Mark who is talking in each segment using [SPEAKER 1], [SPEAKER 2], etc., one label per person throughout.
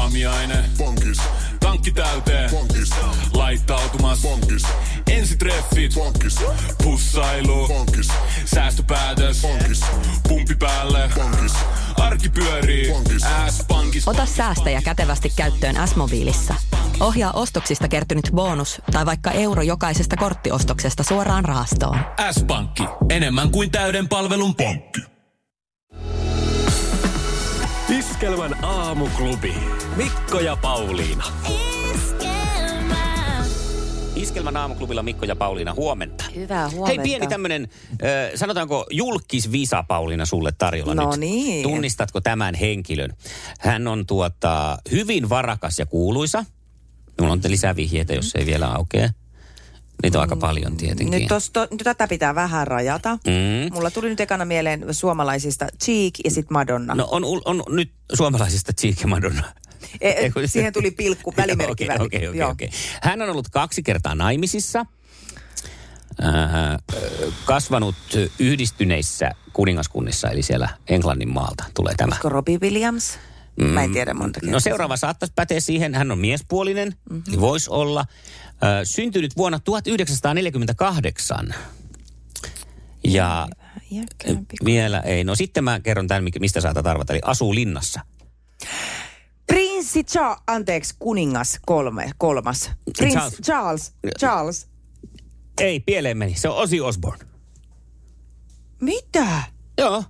[SPEAKER 1] aamiaine.
[SPEAKER 2] Pankis,
[SPEAKER 1] Tankki täyteen,
[SPEAKER 2] pankis,
[SPEAKER 1] laittautumas.
[SPEAKER 2] pankis,
[SPEAKER 1] Ensitreffit,
[SPEAKER 2] pankis,
[SPEAKER 1] pussailu,
[SPEAKER 2] pankis,
[SPEAKER 1] säästöpäätös.
[SPEAKER 2] pankis,
[SPEAKER 1] Pumpi päälle,
[SPEAKER 2] pankis,
[SPEAKER 1] arki pyörii, S-pankissa.
[SPEAKER 3] Ota säästäjä kätevästi käyttöön S-mobiilissa. Ohjaa ostoksista kertynyt bonus tai vaikka euro jokaisesta korttiostoksesta suoraan rahastoon.
[SPEAKER 1] S-pankki, enemmän kuin täyden palvelun pankki.
[SPEAKER 4] Iskelmän aamuklubi. Mikko ja Pauliina.
[SPEAKER 5] Iskelmän aamuklubilla Mikko ja Pauliina, huomenta.
[SPEAKER 6] Hyvää huomenta.
[SPEAKER 5] Hei, pieni tämmönen, ö, sanotaanko julkisvisa Pauliina sulle tarjolla
[SPEAKER 6] No
[SPEAKER 5] nyt.
[SPEAKER 6] niin.
[SPEAKER 5] Tunnistatko tämän henkilön? Hän on tuota, hyvin varakas ja kuuluisa. Mulla on lisää vihjeitä, jos ei vielä aukea. Niitä on aika paljon tietenkin.
[SPEAKER 6] Mm, Nyt tosta, nyt tätä pitää vähän rajata.
[SPEAKER 5] Niin. Mm.
[SPEAKER 6] Mulla tuli nyt ekana mieleen suomalaisista Cheek ja sitten Madonna.
[SPEAKER 5] No on, ul- on nyt suomalaisista Cheek ja Madonna.
[SPEAKER 6] E-
[SPEAKER 5] Ei, kun-
[SPEAKER 6] siihen tuli pilkku, välimerkki,
[SPEAKER 5] Okei,
[SPEAKER 6] väli-
[SPEAKER 5] Okei, okei,
[SPEAKER 6] joo.
[SPEAKER 5] okei. Hän on ollut kaksi kertaa naimisissa, äh, kasvanut yhdistyneissä kuningaskunnissa, eli siellä Englannin maalta tulee tämä.
[SPEAKER 6] Olisiko Robbie Williams? Mm. Mä en tiedä monta kertaa. Mhm.
[SPEAKER 5] No seuraava saattaisi päteä siihen, hän on miespuolinen, mm-hmm. niin voisi olla. Äh, syntynyt vuonna 1948. Ja
[SPEAKER 6] Iäkkäämpi.
[SPEAKER 5] vielä ei. No sitten mä kerron tämän, mikä- mistä saatat arvata, eli asuu linnassa.
[SPEAKER 6] Prinssi Charles, anteeksi, kuningas kolme, kolmas. Prins
[SPEAKER 5] Charles.
[SPEAKER 6] Charles, Charles.
[SPEAKER 5] Ei, pieleen meni. Se on Ozzy Osbourne.
[SPEAKER 6] Mitä?
[SPEAKER 5] Joo.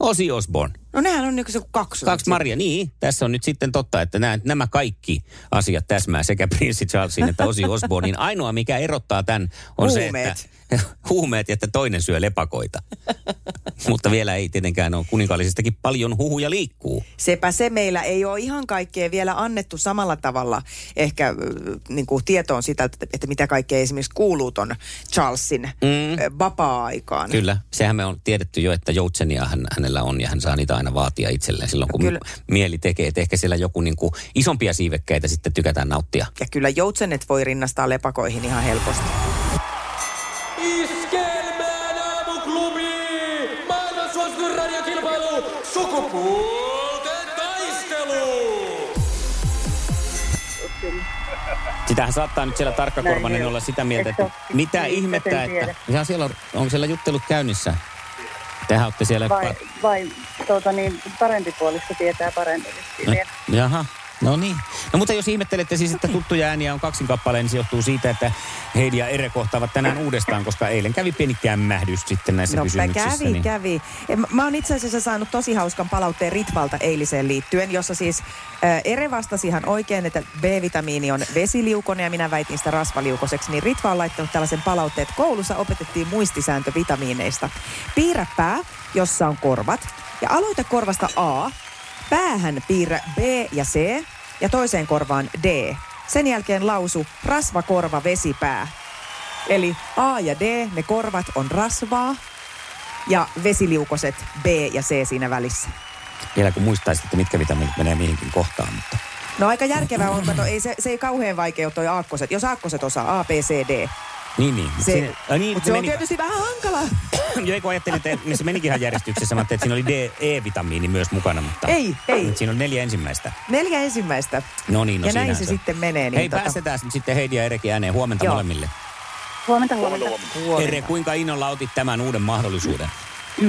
[SPEAKER 5] Ozzy Osbourne.
[SPEAKER 6] No nehän on niinku se kaksi.
[SPEAKER 5] Kaksi Maria, niin. Tässä on nyt sitten totta, että nämä, nämä kaikki asiat täsmää sekä Prinssi Charlesin että Ozzy Osbournein. Ainoa, mikä erottaa tämän, on se,
[SPEAKER 6] Huumeet.
[SPEAKER 5] että huumeet, ja että toinen syö lepakoita. Mutta vielä ei tietenkään ole kuninkaallisestakin paljon huhuja liikkuu.
[SPEAKER 6] Sepä se meillä ei ole ihan kaikkea vielä annettu samalla tavalla ehkä äh, niin kuin tietoon sitä, että, että mitä kaikkea esimerkiksi kuuluu ton Charlesin mm. vapaa-aikaan.
[SPEAKER 5] Kyllä, sehän me on tiedetty jo, että joutsenia hän, hänellä on ja hän saa niitä aina vaatia itselleen silloin, kun
[SPEAKER 6] Kyllä.
[SPEAKER 5] mieli tekee. Että ehkä siellä joku niin kuin isompia siivekkäitä sitten tykätään nauttia.
[SPEAKER 6] Ja kyllä joutsenet voi rinnastaa lepakoihin ihan helposti.
[SPEAKER 7] Iskelmään aamuklubi! Maailman suosituin radiokilpailu! Sukupuolten taistelu!
[SPEAKER 5] Sitähän saattaa nyt siellä tarkkakorvainen olla sitä mieltä, että
[SPEAKER 6] niin?
[SPEAKER 5] mitä ihmettä, että... Ja siellä on, on siellä juttelut käynnissä. Tehän olette siellä... No,
[SPEAKER 8] Vai, vai tuota niin, parempi puolista tietää paremmin.
[SPEAKER 5] no, jaha. No niin. No mutta jos ihmettelette siis, että tuttuja ääniä on kaksin kappaleen, niin se johtuu siitä, että Heidi ja Ere kohtaavat tänään uudestaan, koska eilen kävi pieni kämmähdys sitten näissä
[SPEAKER 6] No
[SPEAKER 5] kysymyksissä.
[SPEAKER 6] kävi,
[SPEAKER 5] niin.
[SPEAKER 6] kävi. Ja mä- Mä oon itse asiassa saanut tosi hauskan palautteen Ritvalta eiliseen liittyen, jossa siis äh, Ere vastasi ihan oikein, että B-vitamiini on vesiliukone ja minä väitin sitä rasvaliukoseksi, niin Ritva on laittanut tällaisen palautteen, että koulussa opetettiin muistisääntö vitamiineista. Piirrä pää, jossa on korvat, ja aloita korvasta A, päähän piirrä B ja C, ja toiseen korvaan D. Sen jälkeen lausu rasvakorva vesipää. Eli A ja D, ne korvat on rasvaa, ja vesiliukoset B ja C siinä välissä.
[SPEAKER 5] Vielä kun muistaisit, että mitkä vitamiinit menee mihinkin kohtaan, mutta...
[SPEAKER 6] No aika järkevää on, kato, ei se, se ei kauhean vaikea ole toi aakkoset. Jos aakkoset osaa A, B, C, D.
[SPEAKER 5] Niin, niin.
[SPEAKER 6] Se,
[SPEAKER 5] Siinä- Ai niin,
[SPEAKER 6] mutta
[SPEAKER 5] se
[SPEAKER 6] se on
[SPEAKER 5] meni-
[SPEAKER 6] tietysti vähän hankala.
[SPEAKER 5] Joo, ei kun ajattelin, että se menikin ihan järjestyksessä. Mä ajattelin, että siinä oli D-E-vitamiini myös mukana, mutta...
[SPEAKER 6] Ei, ei.
[SPEAKER 5] Mutta Siinä on neljä ensimmäistä.
[SPEAKER 6] Neljä ensimmäistä.
[SPEAKER 5] No niin, no
[SPEAKER 6] ja näin
[SPEAKER 5] siinähän
[SPEAKER 6] se,
[SPEAKER 5] on.
[SPEAKER 6] sitten menee. Niin
[SPEAKER 5] Hei, tota... päästetään nyt sitten Heidi ja Erekin ääneen. Huomenta Joo.
[SPEAKER 6] Joo.
[SPEAKER 5] molemmille.
[SPEAKER 8] Huomenta, huomenta.
[SPEAKER 6] huomenta.
[SPEAKER 5] Ere, kuinka innolla otit tämän uuden mahdollisuuden?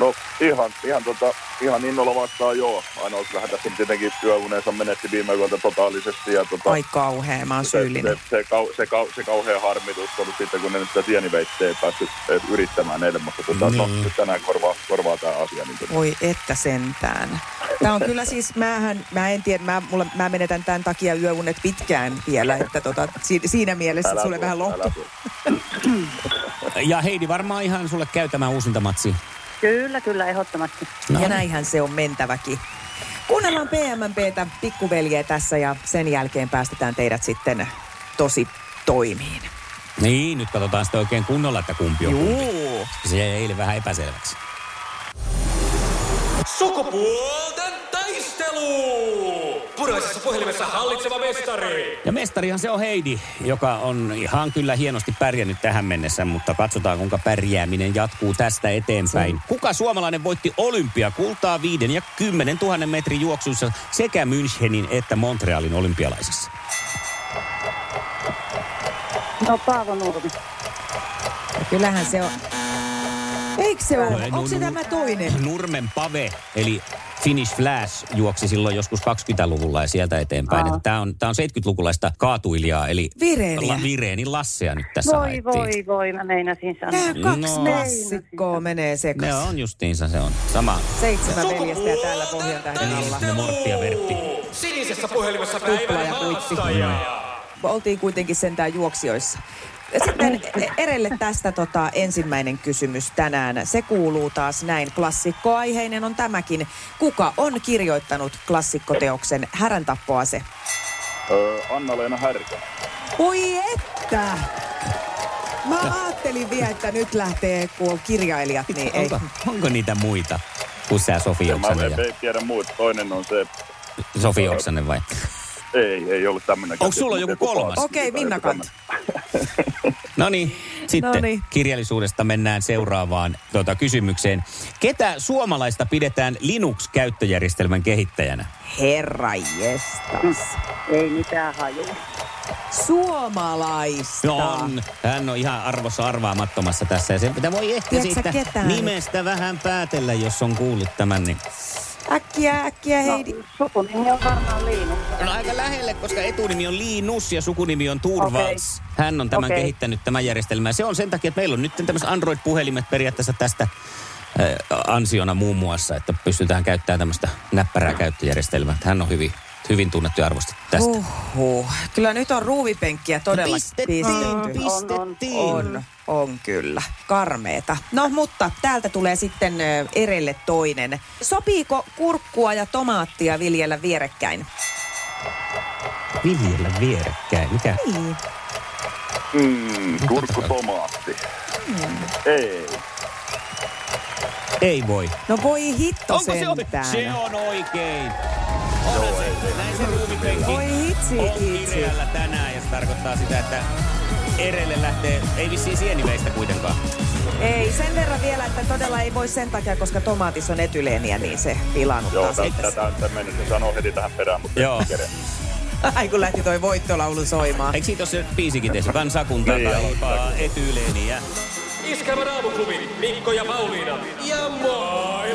[SPEAKER 9] No ihan, ihan, tota, ihan innolla vastaan joo. Ainoa vähän tässä tietenkin työunensa menetti viime yöltä totaalisesti. Ja tota,
[SPEAKER 6] Ai kauhea, mä oon
[SPEAKER 9] se, se,
[SPEAKER 6] syyllinen.
[SPEAKER 9] se, kau, se, kau, se kauhea harmitus on sitten, kun ne nyt sitä sieniveitteä ei päässyt edes yrittämään eilen, mutta tota, no,
[SPEAKER 5] Niin.
[SPEAKER 9] nyt tänään korvaa, korvaa tämä asia. Niin tota.
[SPEAKER 6] Voi että sentään. Tämä on kyllä siis, mähän, mä en tiedä, mä, mulla, mä menetän tämän takia yöunet pitkään vielä, että tota, si, siinä mielessä
[SPEAKER 9] Älä
[SPEAKER 6] sulle
[SPEAKER 9] tuo,
[SPEAKER 6] vähän
[SPEAKER 9] älä
[SPEAKER 6] lohtu.
[SPEAKER 9] tuo.
[SPEAKER 5] Ja Heidi, varmaan ihan sulle käy tämä uusintamatsi.
[SPEAKER 8] Kyllä, kyllä, ehdottomasti.
[SPEAKER 5] No.
[SPEAKER 6] Ja näinhän se on mentäväkin. Kuunnellaan PMMPtä pikkuveljeä tässä ja sen jälkeen päästetään teidät sitten tosi toimiin.
[SPEAKER 5] Niin, nyt katsotaan sitten oikein kunnolla, että kumpi on kumpi.
[SPEAKER 6] Juu.
[SPEAKER 5] Se Siis jäi eilen vähän epäselväksi.
[SPEAKER 7] Sukupuolten taistelu! punaisessa puhelimessa hallitseva mestari.
[SPEAKER 5] Ja mestarihan se on Heidi, joka on ihan kyllä hienosti pärjännyt tähän mennessä, mutta katsotaan kuinka pärjääminen jatkuu tästä eteenpäin. Kuka suomalainen voitti olympiakultaa 5 ja 10 000 metrin juoksuissa sekä Münchenin että Montrealin olympialaisissa?
[SPEAKER 8] No Paavo Nurmi.
[SPEAKER 6] Kyllähän se on. Eikö se ole?
[SPEAKER 5] No ei,
[SPEAKER 6] Onko se
[SPEAKER 5] nu- nu-
[SPEAKER 6] tämä toinen?
[SPEAKER 5] Nurmen Pave, eli Finnish Flash, juoksi silloin joskus 20-luvulla ja sieltä eteenpäin. Että Tämä on, tää on 70-lukulaista kaatuilijaa, eli
[SPEAKER 6] Vireeniä.
[SPEAKER 5] La, Vireenin Lassea nyt tässä
[SPEAKER 8] Voi
[SPEAKER 5] haettiin.
[SPEAKER 8] voi voi, mä meinasin sanoa.
[SPEAKER 6] Nämä kaksi
[SPEAKER 5] No.
[SPEAKER 6] no, klassikkoa menee
[SPEAKER 5] Ne
[SPEAKER 6] sekaisin.
[SPEAKER 5] on justiinsa, se on sama.
[SPEAKER 6] Seitsemän veljestä ja täällä pohjan tähden alla.
[SPEAKER 5] Ne Mortti ja Vertti.
[SPEAKER 7] Sinisessä puhelimessa
[SPEAKER 6] Tupla
[SPEAKER 7] päivän
[SPEAKER 6] ja kuitti.
[SPEAKER 7] haastaja.
[SPEAKER 6] Oltiin kuitenkin sentään juoksijoissa. Sitten Erelle tästä tota, ensimmäinen kysymys tänään. Se kuuluu taas näin. Klassikkoaiheinen on tämäkin. Kuka on kirjoittanut klassikkoteoksen Härän tappoase?
[SPEAKER 9] Öö, Anna-Leena Härkänen.
[SPEAKER 6] Oi että! Mä ajattelin vielä, että nyt lähtee, kun on kirjailijat, niin ei.
[SPEAKER 5] Onko, onko niitä muita kuin sä Sofi
[SPEAKER 9] Mä
[SPEAKER 5] Oksanen,
[SPEAKER 9] en,
[SPEAKER 5] ja,
[SPEAKER 9] ei tiedä muuta. Toinen on se,
[SPEAKER 5] Sofi Oksanen vai?
[SPEAKER 9] ei, ei ollut tämmöinen.
[SPEAKER 5] Onks sulla joku kolmas?
[SPEAKER 6] Okei, Minna Kant.
[SPEAKER 5] No niin, sitten
[SPEAKER 6] Noniin.
[SPEAKER 5] kirjallisuudesta mennään seuraavaan tuota, kysymykseen. Ketä suomalaista pidetään Linux-käyttöjärjestelmän kehittäjänä?
[SPEAKER 6] Herra jestas.
[SPEAKER 8] Ei mitään No, hajua.
[SPEAKER 6] Suomalaista.
[SPEAKER 5] No on. Hän on ihan arvossa arvaamattomassa tässä. Ja sen pitää voi ehkä
[SPEAKER 6] Tiedätkö sä
[SPEAKER 5] siitä
[SPEAKER 6] ketään?
[SPEAKER 5] nimestä vähän päätellä, jos on kuullut tämän. Niin.
[SPEAKER 6] Äkkiä, äkkiä, Heidi.
[SPEAKER 8] No, sukunimi on varmaan Liinu.
[SPEAKER 5] No aika lähelle, koska etunimi on Linus ja sukunimi on Turvalds.
[SPEAKER 8] Okei.
[SPEAKER 5] Hän on tämän
[SPEAKER 8] Okei.
[SPEAKER 5] kehittänyt tämän järjestelmän. Se on sen takia, että meillä on nyt tämmöiset Android-puhelimet periaatteessa tästä eh, ansiona muun muassa, että pystytään käyttämään tämmöistä näppärää käyttöjärjestelmää. Hän on hyvin, hyvin tunnettu ja arvostettu tästä.
[SPEAKER 6] Uhuh. Kyllä nyt on ruuvipenkkiä todella
[SPEAKER 5] Pistettiin,
[SPEAKER 6] pistetty.
[SPEAKER 5] pistettiin.
[SPEAKER 6] On, on kyllä. Karmeeta. No mutta täältä tulee sitten ö, Erelle toinen. Sopiiko kurkkua ja tomaattia viljellä vierekkäin?
[SPEAKER 5] Viljellä vierekkäin. Mikä?
[SPEAKER 6] Niin.
[SPEAKER 9] Mm, kurkku tomaatti.
[SPEAKER 6] Mm.
[SPEAKER 9] Ei.
[SPEAKER 5] Ei voi.
[SPEAKER 6] No voi hitto
[SPEAKER 5] Onko se
[SPEAKER 6] sentään.
[SPEAKER 5] oikein? Se on oikein. Onhan se, näin se ruumipenki
[SPEAKER 6] Voi hitsi,
[SPEAKER 5] on
[SPEAKER 6] hitsi.
[SPEAKER 5] kireällä tänään ja se tarkoittaa sitä, että Erelle lähtee, ei vissiin sieniveistä kuitenkaan.
[SPEAKER 6] Ei, sen verran vielä, että todella ei voi sen takia, koska tomaatissa on etyleeniä, niin se
[SPEAKER 9] Joo,
[SPEAKER 6] pilaannuttaa sitten.
[SPEAKER 9] tätä on mennyt. Se sanoo heti tähän perään, mutta
[SPEAKER 5] Joo.
[SPEAKER 9] en kerran.
[SPEAKER 6] Ai kun lähti toi voittolaulu soimaan.
[SPEAKER 5] Eikö siitä ole se biisikin teissä? Kansakunta
[SPEAKER 9] Niin,
[SPEAKER 5] kaipaa etyleeniä.
[SPEAKER 7] Iskelmän aamuklubi, Mikko ja Pauliina. Ja moi!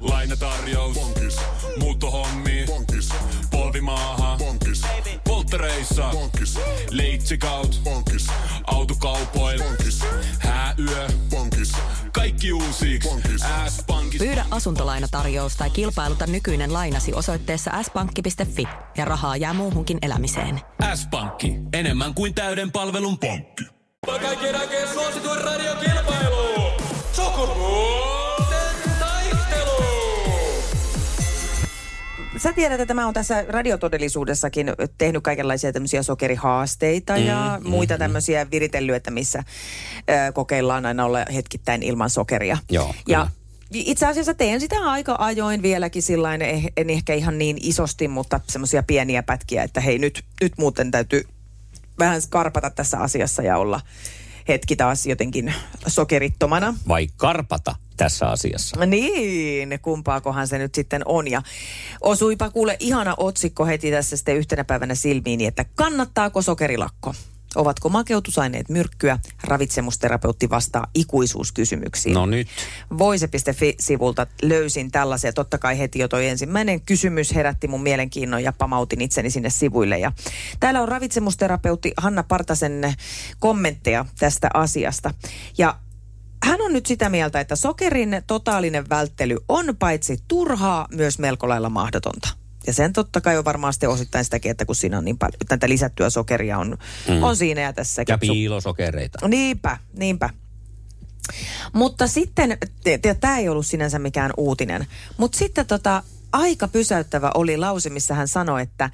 [SPEAKER 1] Lainatarjous. Bonkis. Muuttohommi. Bonkis. Polvimaaha. Bonkis. Polttereissa. Bonkis. Leitsikaut. Bonkis. Autokaupoil. Bonkis. Hääyö. Bonkis. Kaikki uusi. S-pankki.
[SPEAKER 3] Pyydä asuntolainatarjous tai kilpailuta nykyinen lainasi osoitteessa s-pankki.fi ja rahaa jää muuhunkin elämiseen.
[SPEAKER 1] S-pankki. Enemmän kuin täyden palvelun pankki.
[SPEAKER 7] Kaikkien aikeen suosituin radiokilpailu! Sukupuolten taistelu!
[SPEAKER 6] Sä tiedät, että mä oon tässä radiotodellisuudessakin tehnyt kaikenlaisia tämmöisiä sokerihaasteita ja
[SPEAKER 5] Mm-hmm.
[SPEAKER 6] muita tämmöisiä viritellyt, että missä ö, kokeillaan aina olla hetkittäin ilman sokeria.
[SPEAKER 5] Joo,
[SPEAKER 6] ja
[SPEAKER 5] kyllä.
[SPEAKER 6] itse asiassa teen sitä aika ajoin vieläkin sillain, eh- en ehkä ihan niin isosti, mutta semmoisia pieniä pätkiä, että hei nyt, nyt muuten täytyy vähän skarpata tässä asiassa ja olla hetki taas jotenkin sokerittomana.
[SPEAKER 5] Vai karpata tässä asiassa?
[SPEAKER 6] Niin, kumpaakohan se nyt sitten on. Ja osuipa kuule ihana otsikko heti tässä sitten yhtenä päivänä silmiini, että kannattaako sokerilakko? Ovatko makeutusaineet myrkkyä? Ravitsemusterapeutti vastaa ikuisuuskysymyksiin.
[SPEAKER 5] No nyt.
[SPEAKER 6] Voise.fi-sivulta löysin tällaisia. Totta kai heti jo toi ensimmäinen kysymys herätti mun mielenkiinnon ja pamautin itseni sinne sivuille. Ja täällä on ravitsemusterapeutti Hanna Partasen kommentteja tästä asiasta. Ja hän on nyt sitä mieltä, että sokerin totaalinen välttely on paitsi turhaa, myös melko lailla mahdotonta. Ja sen totta kai on varmaan sitten osittain sitäkin, että kun siinä on niin paljon, tätä lisättyä sokeria on, mm. on siinä ja tässä.
[SPEAKER 5] Ja
[SPEAKER 6] katso-
[SPEAKER 5] piilosokereita.
[SPEAKER 6] Niinpä, niinpä. Mutta sitten, tämä ei ollut sinänsä mikään uutinen, mutta sitten tota, aika pysäyttävä oli lause, missä hän sanoi, että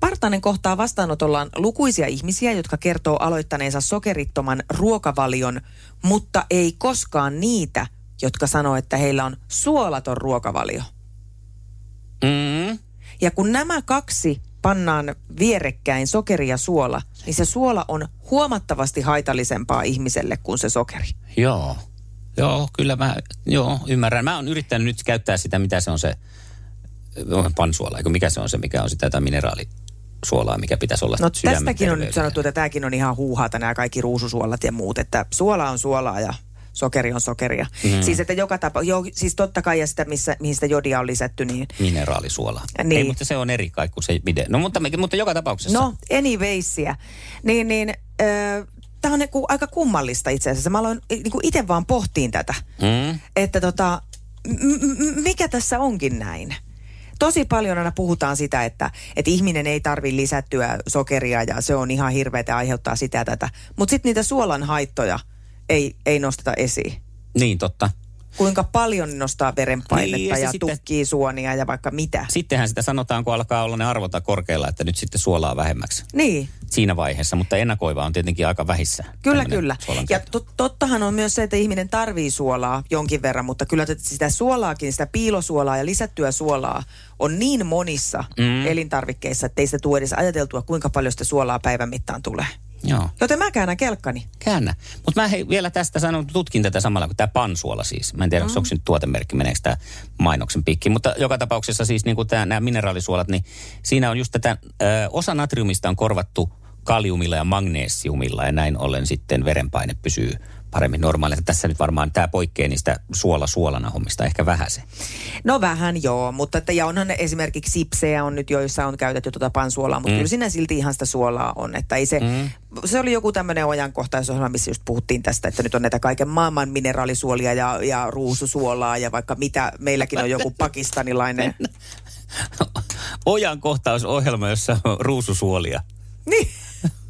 [SPEAKER 6] Partanen kohtaa vastaanotollaan lukuisia ihmisiä, jotka kertoo aloittaneensa sokerittoman ruokavalion, mutta ei koskaan niitä, jotka sanoo, että heillä on suolaton ruokavalio.
[SPEAKER 5] Mm.
[SPEAKER 6] Ja kun nämä kaksi pannaan vierekkäin sokeri ja suola, niin se suola on huomattavasti haitallisempaa ihmiselle kuin se sokeri.
[SPEAKER 5] Joo. Joo, kyllä mä joo, ymmärrän. Mä oon yrittänyt nyt käyttää sitä, mitä se on se ö, pansuola, eikö mikä se on se, mikä on sitä jotain mineraalisuolaa, mikä pitäisi olla
[SPEAKER 6] No
[SPEAKER 5] sydämen
[SPEAKER 6] tästäkin on nyt
[SPEAKER 5] terveydelle.
[SPEAKER 6] sanottu, että tämäkin on ihan huuhaata nämä kaikki ruususuolat ja muut, että suola on suolaa ja sokeri on sokeria. Mm. Siis että joka tapa, jo, siis totta kai ja sitä, missä, mihin sitä jodia on lisätty, niin
[SPEAKER 5] Mineraalisuola.
[SPEAKER 6] Niin.
[SPEAKER 5] Ei, mutta se on eri kai kuin se mide. No mutta, mutta joka tapauksessa.
[SPEAKER 6] no anywaysia. Niin, niin äh, tämä on niinku aika kummallista itse asiassa. Mä aloin niinku itse vaan pohtiin tätä,
[SPEAKER 5] Mm.
[SPEAKER 6] että tota, m- m- mikä tässä onkin näin? Tosi paljon aina puhutaan sitä, että, että ihminen ei tarvi lisättyä sokeria ja se on ihan hirveätä ja aiheuttaa sitä ja tätä. Mutta sitten niitä suolan haittoja ei, ei nosteta esiin.
[SPEAKER 5] Niin, totta.
[SPEAKER 6] Kuinka paljon ne nostaa verenpainetta
[SPEAKER 5] Niin,
[SPEAKER 6] niin,
[SPEAKER 5] ja
[SPEAKER 6] ja,
[SPEAKER 5] se
[SPEAKER 6] ja
[SPEAKER 5] sitten-
[SPEAKER 6] tukkii suonia ja vaikka mitä.
[SPEAKER 5] Sittenhän sitä sanotaan, kun alkaa olla ne arvota korkealla, että nyt sitten suolaa vähemmäksi
[SPEAKER 6] Niin,
[SPEAKER 5] siinä vaiheessa, mutta ennakoiva on tietenkin aika vähissä.
[SPEAKER 6] kyllä
[SPEAKER 5] tämmöinen
[SPEAKER 6] kyllä.
[SPEAKER 5] suolan
[SPEAKER 6] Ja
[SPEAKER 5] käyttö.
[SPEAKER 6] tot, tottahan on myös se, että ihminen tarvii suolaa jonkin verran, mutta kyllä te- sitä suolaakin, sitä piilosuolaa ja lisättyä suolaa on niin monissa
[SPEAKER 5] Mm.
[SPEAKER 6] mm. elintarvikkeissa, että ei sitä tule edes ajateltua, kuinka paljon sitä suolaa päivän mittaan tulee.
[SPEAKER 5] Joo.
[SPEAKER 6] Joten mä käännän kelkkani.
[SPEAKER 5] Käännä. Mutta mä hei, vielä tästä sanon, tutkin tätä samalla kuin tämä pansuola siis. Mä en tiedä, mm. onko se nyt tuotemerkki, meneekö tämä mainoksen pikki. Mutta joka tapauksessa siis niin nämä mineraalisuolat, niin siinä on just tätä, ö, osa natriumista on korvattu kaliumilla ja magneesiumilla ja näin ollen sitten verenpaine pysyy paremmin normaalina. Tässä nyt varmaan tämä poikkeaa niistä suola-suolana hommista ehkä vähän se.
[SPEAKER 6] No vähän joo, mutta että, ja onhan ne esimerkiksi sipsejä on nyt, joissa on käytetty tuota pansuolaa, mutta mm. kyllä siinä silti ihan sitä suolaa on. Että ei se, mm. se oli joku tämmöinen ajankohtaisohjelma, missä just puhuttiin tästä, että nyt on näitä kaiken maailman mineraalisuolia ja, ja ruususuolaa ja vaikka mitä. Meilläkin on joku pakistanilainen.
[SPEAKER 5] Ojankohtausohjelma, jossa on ruususuolia.
[SPEAKER 6] niin,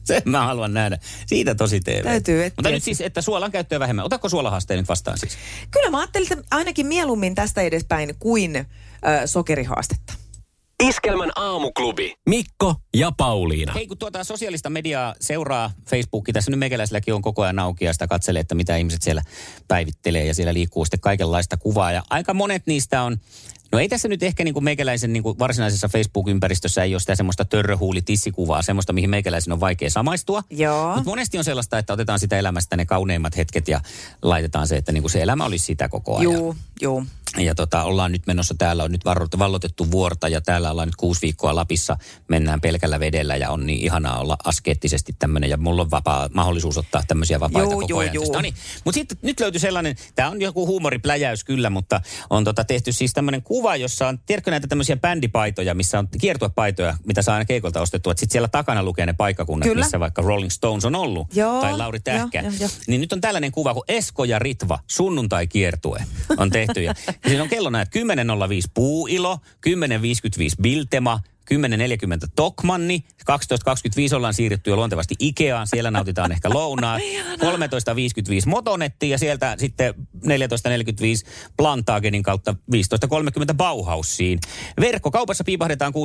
[SPEAKER 5] Sen mä haluan nähdä. Siitä tosi TV.
[SPEAKER 6] Täytyy etsiä.
[SPEAKER 5] Mutta nyt siis, että suolan käyttöä vähemmän. Otako suolahaasteen nyt vastaan siis?
[SPEAKER 6] kyllä mä ajattelin, että ainakin mieluummin tästä edespäin kuin äh, sokerihaastetta.
[SPEAKER 7] Iskelmän aamuklubi.
[SPEAKER 1] Mikko ja Pauliina.
[SPEAKER 5] Hei, kun tuota sosiaalista mediaa seuraa Facebookki, tässä nyt meikäläisilläkin on koko ajan auki ja sitä katselee, että mitä ihmiset siellä päivittelee ja siellä liikkuu sitten kaikenlaista kuvaa. Ja aika monet niistä on, no ei tässä nyt ehkä niin kuin meikäläisen niin kuin varsinaisessa Facebook-ympäristössä ei ole sitä semmoista törröhuuli-tissikuvaa, semmoista, mihin meikäläisen on vaikea samaistua.
[SPEAKER 6] Joo.
[SPEAKER 5] Mutta monesti on sellaista, että otetaan sitä elämästä ne kauneimmat hetket ja laitetaan se, että niin kuin se elämä olisi sitä koko ajan
[SPEAKER 6] Juu, juu.
[SPEAKER 5] ja tota, ollaan nyt menossa, täällä on nyt varro- vallotettu vuorta ja täällä ollaan nyt kuusi viikkoa Lapissa, mennään pelkällä vedellä ja on niin ihanaa olla askeettisesti tämmöinen ja mulla on vapaa, mahdollisuus ottaa tämmöisiä vapaita
[SPEAKER 6] Juu,
[SPEAKER 5] koko
[SPEAKER 6] juu,
[SPEAKER 5] ajan.
[SPEAKER 6] juu.
[SPEAKER 5] No niin, mutta sitten nyt löytyy sellainen, tämä on joku huumoripläjäys kyllä, mutta on tota, tehty siis tämmöinen kuva, jossa on, tiedätkö näitä tämmöisiä bändipaitoja, missä on kiertuepaitoja, mitä saa aina keikolta ostettua, että sitten siellä takana lukee ne paikkakunnat,
[SPEAKER 6] Kyllä.
[SPEAKER 5] missä vaikka Rolling Stones on ollut
[SPEAKER 6] Joo,
[SPEAKER 5] tai Lauri
[SPEAKER 6] joo,
[SPEAKER 5] Tähkä.
[SPEAKER 6] joo, joo.
[SPEAKER 5] Niin nyt on tällainen kuva kuin Esko ja Ritva, sunnuntai-kiertue on tehty. Ja ja siinä on kello näet 10.05 Puuilo, 10.55 Biltema, 10.40 Tokmanni, 12.25 ollaan siirrytty jo luontevasti Ikeaan, siellä nautitaan ehkä lounaa. 13.55 Motonetti ja sieltä sitten 14.45 Plantagenin kautta 15.30 Bauhaussiin. Verkkokaupassa piipahdetaan 16.15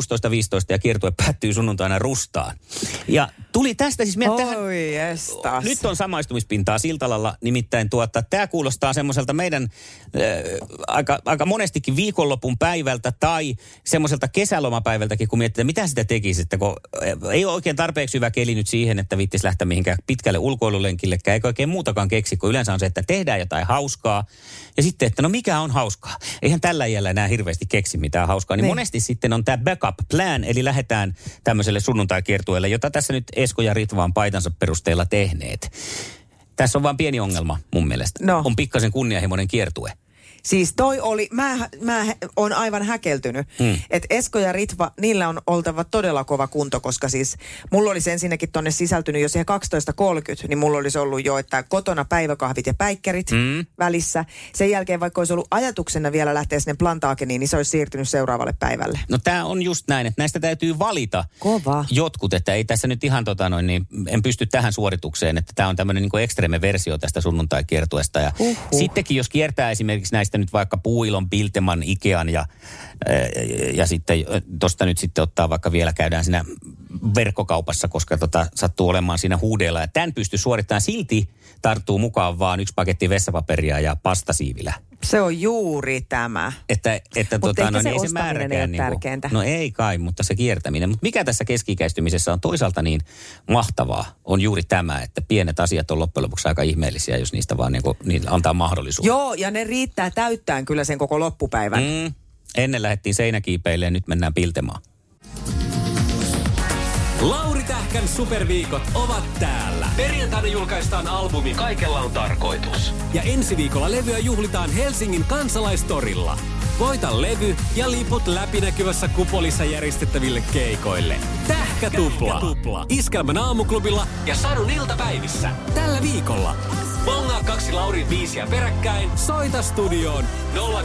[SPEAKER 5] ja kiertue päättyy sunnuntaina Rustaan. Ja tuli tästä siis meidän tähän,
[SPEAKER 6] Oi jestas.
[SPEAKER 5] nyt on samaistumispintaa Siltalalla, nimittäin tuota, tämä kuulostaa semmoiselta meidän äh, aika, aika monestikin viikonlopun päivältä tai semmoiselta kesälomapäivältäkin, kun mietitään, mitä sitä tekisi, että kun äh, ei ole oikein tarpeeksi hyvä keli nyt siihen, että viittis lähteä mihinkään pitkälle ulkoilulenkillekään, eikä oikein muutakaan keksi, kun yleensä on se, että tehdään jotain hauskaa ja sitten, että no mikä on hauskaa. Eihän tällä iällä enää hirveästi keksi mitään hauskaa, niin
[SPEAKER 6] Niin.
[SPEAKER 5] monesti sitten on tämä backup plan, eli lähdetään tämmöiselle sunnuntai-kiertueelle, jota tässä nyt Esko ja Ritva on paitansa perusteella tehneet. Tässä on vain pieni ongelma mun mielestä.
[SPEAKER 6] No.
[SPEAKER 5] On pikkasen kunnianhimoinen kiertue.
[SPEAKER 6] Siis toi oli, mä, mä on aivan häkeltynyt,
[SPEAKER 5] Mm.
[SPEAKER 6] hmm. että Esko ja Ritva, niillä on oltava todella kova kunto, koska siis mulla olisi ensinnäkin tonne sisältynyt jo siihen 12.30, niin mulla olisi ollut jo, että kotona päiväkahvit ja päikkärit
[SPEAKER 5] Mm.
[SPEAKER 6] hmm. välissä. Sen jälkeen vaikka olisi ollut ajatuksena vielä lähteä sinne plantaakeniin, niin se olisi siirtynyt seuraavalle päivälle.
[SPEAKER 5] No tämä on just näin, että näistä täytyy valita
[SPEAKER 6] Kova.
[SPEAKER 5] jotkut, että ei tässä nyt ihan tota noin, niin en pysty tähän suoritukseen, että tämä on tämmöinen niin ekstreme versio tästä sunnuntai-kiertueesta. Ja
[SPEAKER 6] Huhhuh.
[SPEAKER 5] sittenkin jos kiertää esimerkiksi näistä nyt vaikka Puilon, Pilteman, Ikean ja, ja, ja sitten tuosta nyt sitten ottaa vaikka vielä käydään siinä verkkokaupassa, koska tota, sattuu olemaan siinä huudeella. Ja tämän pystyy suorittamaan silti tarttuu mukaan vaan yksi paketti vessapaperia ja pastasiivilä.
[SPEAKER 6] Se on juuri tämä.
[SPEAKER 5] Että, että
[SPEAKER 6] Mutta
[SPEAKER 5] tota,
[SPEAKER 6] ehkä
[SPEAKER 5] no,
[SPEAKER 6] se
[SPEAKER 5] niin ei se
[SPEAKER 6] ostaminen ei
[SPEAKER 5] määräkään.
[SPEAKER 6] ole
[SPEAKER 5] niinku-
[SPEAKER 6] tärkeintä.
[SPEAKER 5] No ei kai, mutta se kiertäminen. Mutta mikä tässä keskikäistymisessä on toisaalta niin mahtavaa, on juuri tämä, että pienet asiat on loppujen lopuksi aika ihmeellisiä, jos niistä vaan niinku, niillä antaa mahdollisuus.
[SPEAKER 6] Joo, ja ne riittää täyttään kyllä sen koko loppupäivän. Mm.
[SPEAKER 5] Mm. Ennen lähdettiin seinäkiipeille ja nyt mennään piltemaan.
[SPEAKER 1] Lauri Tähkän superviikot ovat täällä.
[SPEAKER 7] Perjantaina julkaistaan albumi Kaikella on tarkoitus.
[SPEAKER 1] Ja ensi viikolla levyä juhlitaan Helsingin kansalaistorilla. Voita levy ja liput läpinäkyvässä kupolissa järjestettäville keikoille. Tähkätupla. Tähkätupla. Iskelmän aamuklubilla ja Sadun iltapäivissä. Tällä viikolla. Bongaa kaksi Laurin viisiä peräkkäin. Soita studioon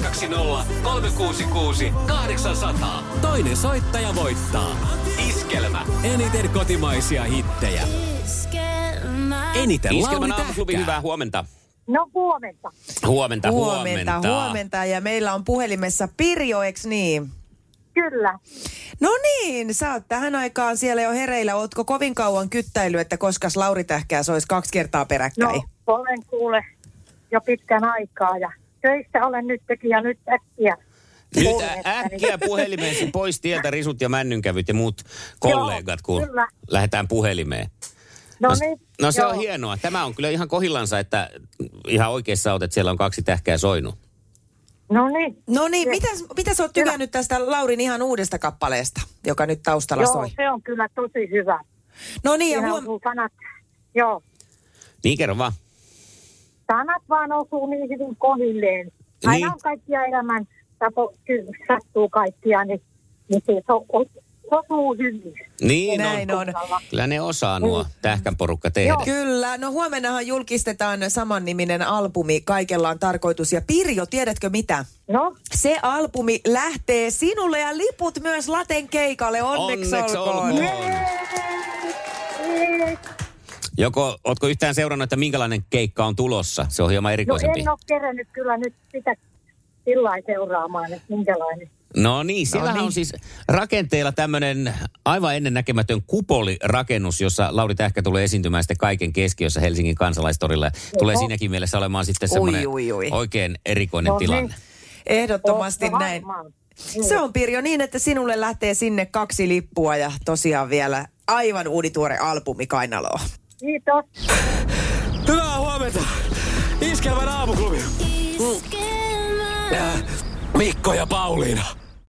[SPEAKER 1] 020 366 800. Toinen soittaja voittaa. Iskelmä. Eniten kotimaisia hittejä. Eniten Lauri
[SPEAKER 5] Iskelmän aamuklubi,
[SPEAKER 1] Tähkää.
[SPEAKER 5] hyvää huomenta.
[SPEAKER 8] No huomenta.
[SPEAKER 5] Huomenta,
[SPEAKER 6] Huomenta,
[SPEAKER 5] huomenta.
[SPEAKER 6] huomenta. Ja meillä on puhelimessa Pirjo, eks niin?
[SPEAKER 8] Kyllä.
[SPEAKER 6] No niin, sä oot tähän aikaan siellä jo hereillä. Ootko kovin kauan kyttäily, että koska Lauri Tähkää sois kaksi kertaa
[SPEAKER 8] No,
[SPEAKER 6] peräkkäin?
[SPEAKER 8] olen kuule jo pitkän aikaa ja töissä olen nytkin ja nyt äkkiä.
[SPEAKER 5] Nyt
[SPEAKER 8] Huomenta,
[SPEAKER 5] äkkiä
[SPEAKER 8] niin.
[SPEAKER 5] puhelimeen pois tieltä risut ja männynkävyt ja muut kollegat, kun
[SPEAKER 8] kyllä.
[SPEAKER 5] lähdetään puhelimeen.
[SPEAKER 8] No
[SPEAKER 5] s-
[SPEAKER 8] niin,
[SPEAKER 5] no se
[SPEAKER 8] joo.
[SPEAKER 5] on hienoa. Tämä on kyllä ihan kohillansa, että ihan oikeassa olet, että siellä on kaksi tähkää soinut.
[SPEAKER 8] No niin.
[SPEAKER 6] No niin, mitäs, mitä sä oot tykännyt tästä Laurin ihan uudesta kappaleesta, joka nyt taustalla
[SPEAKER 8] Joo,
[SPEAKER 6] soi?
[SPEAKER 8] se on kyllä tosi hyvä.
[SPEAKER 6] No niin, ja
[SPEAKER 8] Ihan
[SPEAKER 6] huom...
[SPEAKER 8] kun sanat, joo,
[SPEAKER 5] Niin kerro vaan.
[SPEAKER 8] sanat vaan osuu niin hyvin kohdilleen. Aina
[SPEAKER 5] Niin.
[SPEAKER 8] on kaikkia elämän tapo, kyllä sattuu kaikkia, niin, niin se so, o- osuu hyvin.
[SPEAKER 5] Niin on.
[SPEAKER 6] näin on.
[SPEAKER 5] Kyllä ne osaa nuo
[SPEAKER 8] Niin.
[SPEAKER 5] tähkän porukka tehdä.
[SPEAKER 6] Kyllä, no huomennahan julkistetaan samanniminen albumi Kaikella on tarkoitus. Ja Pirjo, tiedätkö mitä?
[SPEAKER 8] No,
[SPEAKER 6] Se albumi lähtee sinulle ja liput myös Laten keikalle. Onneksi,
[SPEAKER 5] Onneksi olkoon. Joko, ootko yhtään seurannut, että minkälainen keikka on tulossa? Se on hieman
[SPEAKER 8] no
[SPEAKER 5] erikoisempi.
[SPEAKER 8] en ole kerennyt kyllä nyt sitä sillä lailla seuraamaan, että minkälainen.
[SPEAKER 5] No niin, siellähän
[SPEAKER 6] niin.
[SPEAKER 5] on siis rakenteilla tämmöinen aivan ennennäkemätön kupolirakennus, jossa Lauri Tähkä tulee esiintymään sitten kaiken keskiössä Helsingin kansalaistorilla. Ja tulee siinäkin mielessä olemaan sitten
[SPEAKER 6] Ui,
[SPEAKER 5] semmoinen
[SPEAKER 6] ui, ui.
[SPEAKER 5] oikein erikoinen
[SPEAKER 8] No niin.
[SPEAKER 5] tilanne.
[SPEAKER 6] Ehdottomasti
[SPEAKER 8] Totta
[SPEAKER 6] näin.
[SPEAKER 8] varmaan.
[SPEAKER 6] Se on Pirjo niin, että sinulle lähtee sinne kaksi lippua ja tosiaan vielä aivan uudituore albumi Kainaloa.
[SPEAKER 8] Kiitos.
[SPEAKER 1] Hyvää huomenta! Iskelmän aamuklubi! Äh, Mikko ja Pauliina.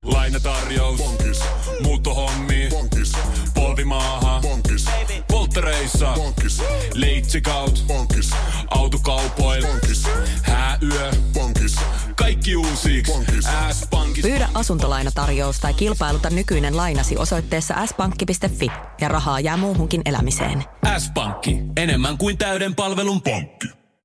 [SPEAKER 1] Lainatarjous. Bonkis. Muuttohommi. Bonkis. Polvimaaha. Bonkis. Polttereissa. Bonkis. Leitsikaut. Bonkis. Autokaupoil. Bonkis. Hääyö. Bonkis. Kaikki uusiiksi. S-pankki.
[SPEAKER 3] Pyydä asuntolainatarjous tai kilpailuta nykyinen lainasi osoitteessa s-pankki.fi ja rahaa jää muuhunkin elämiseen.
[SPEAKER 1] S-pankki. Enemmän kuin täyden palvelun pankki.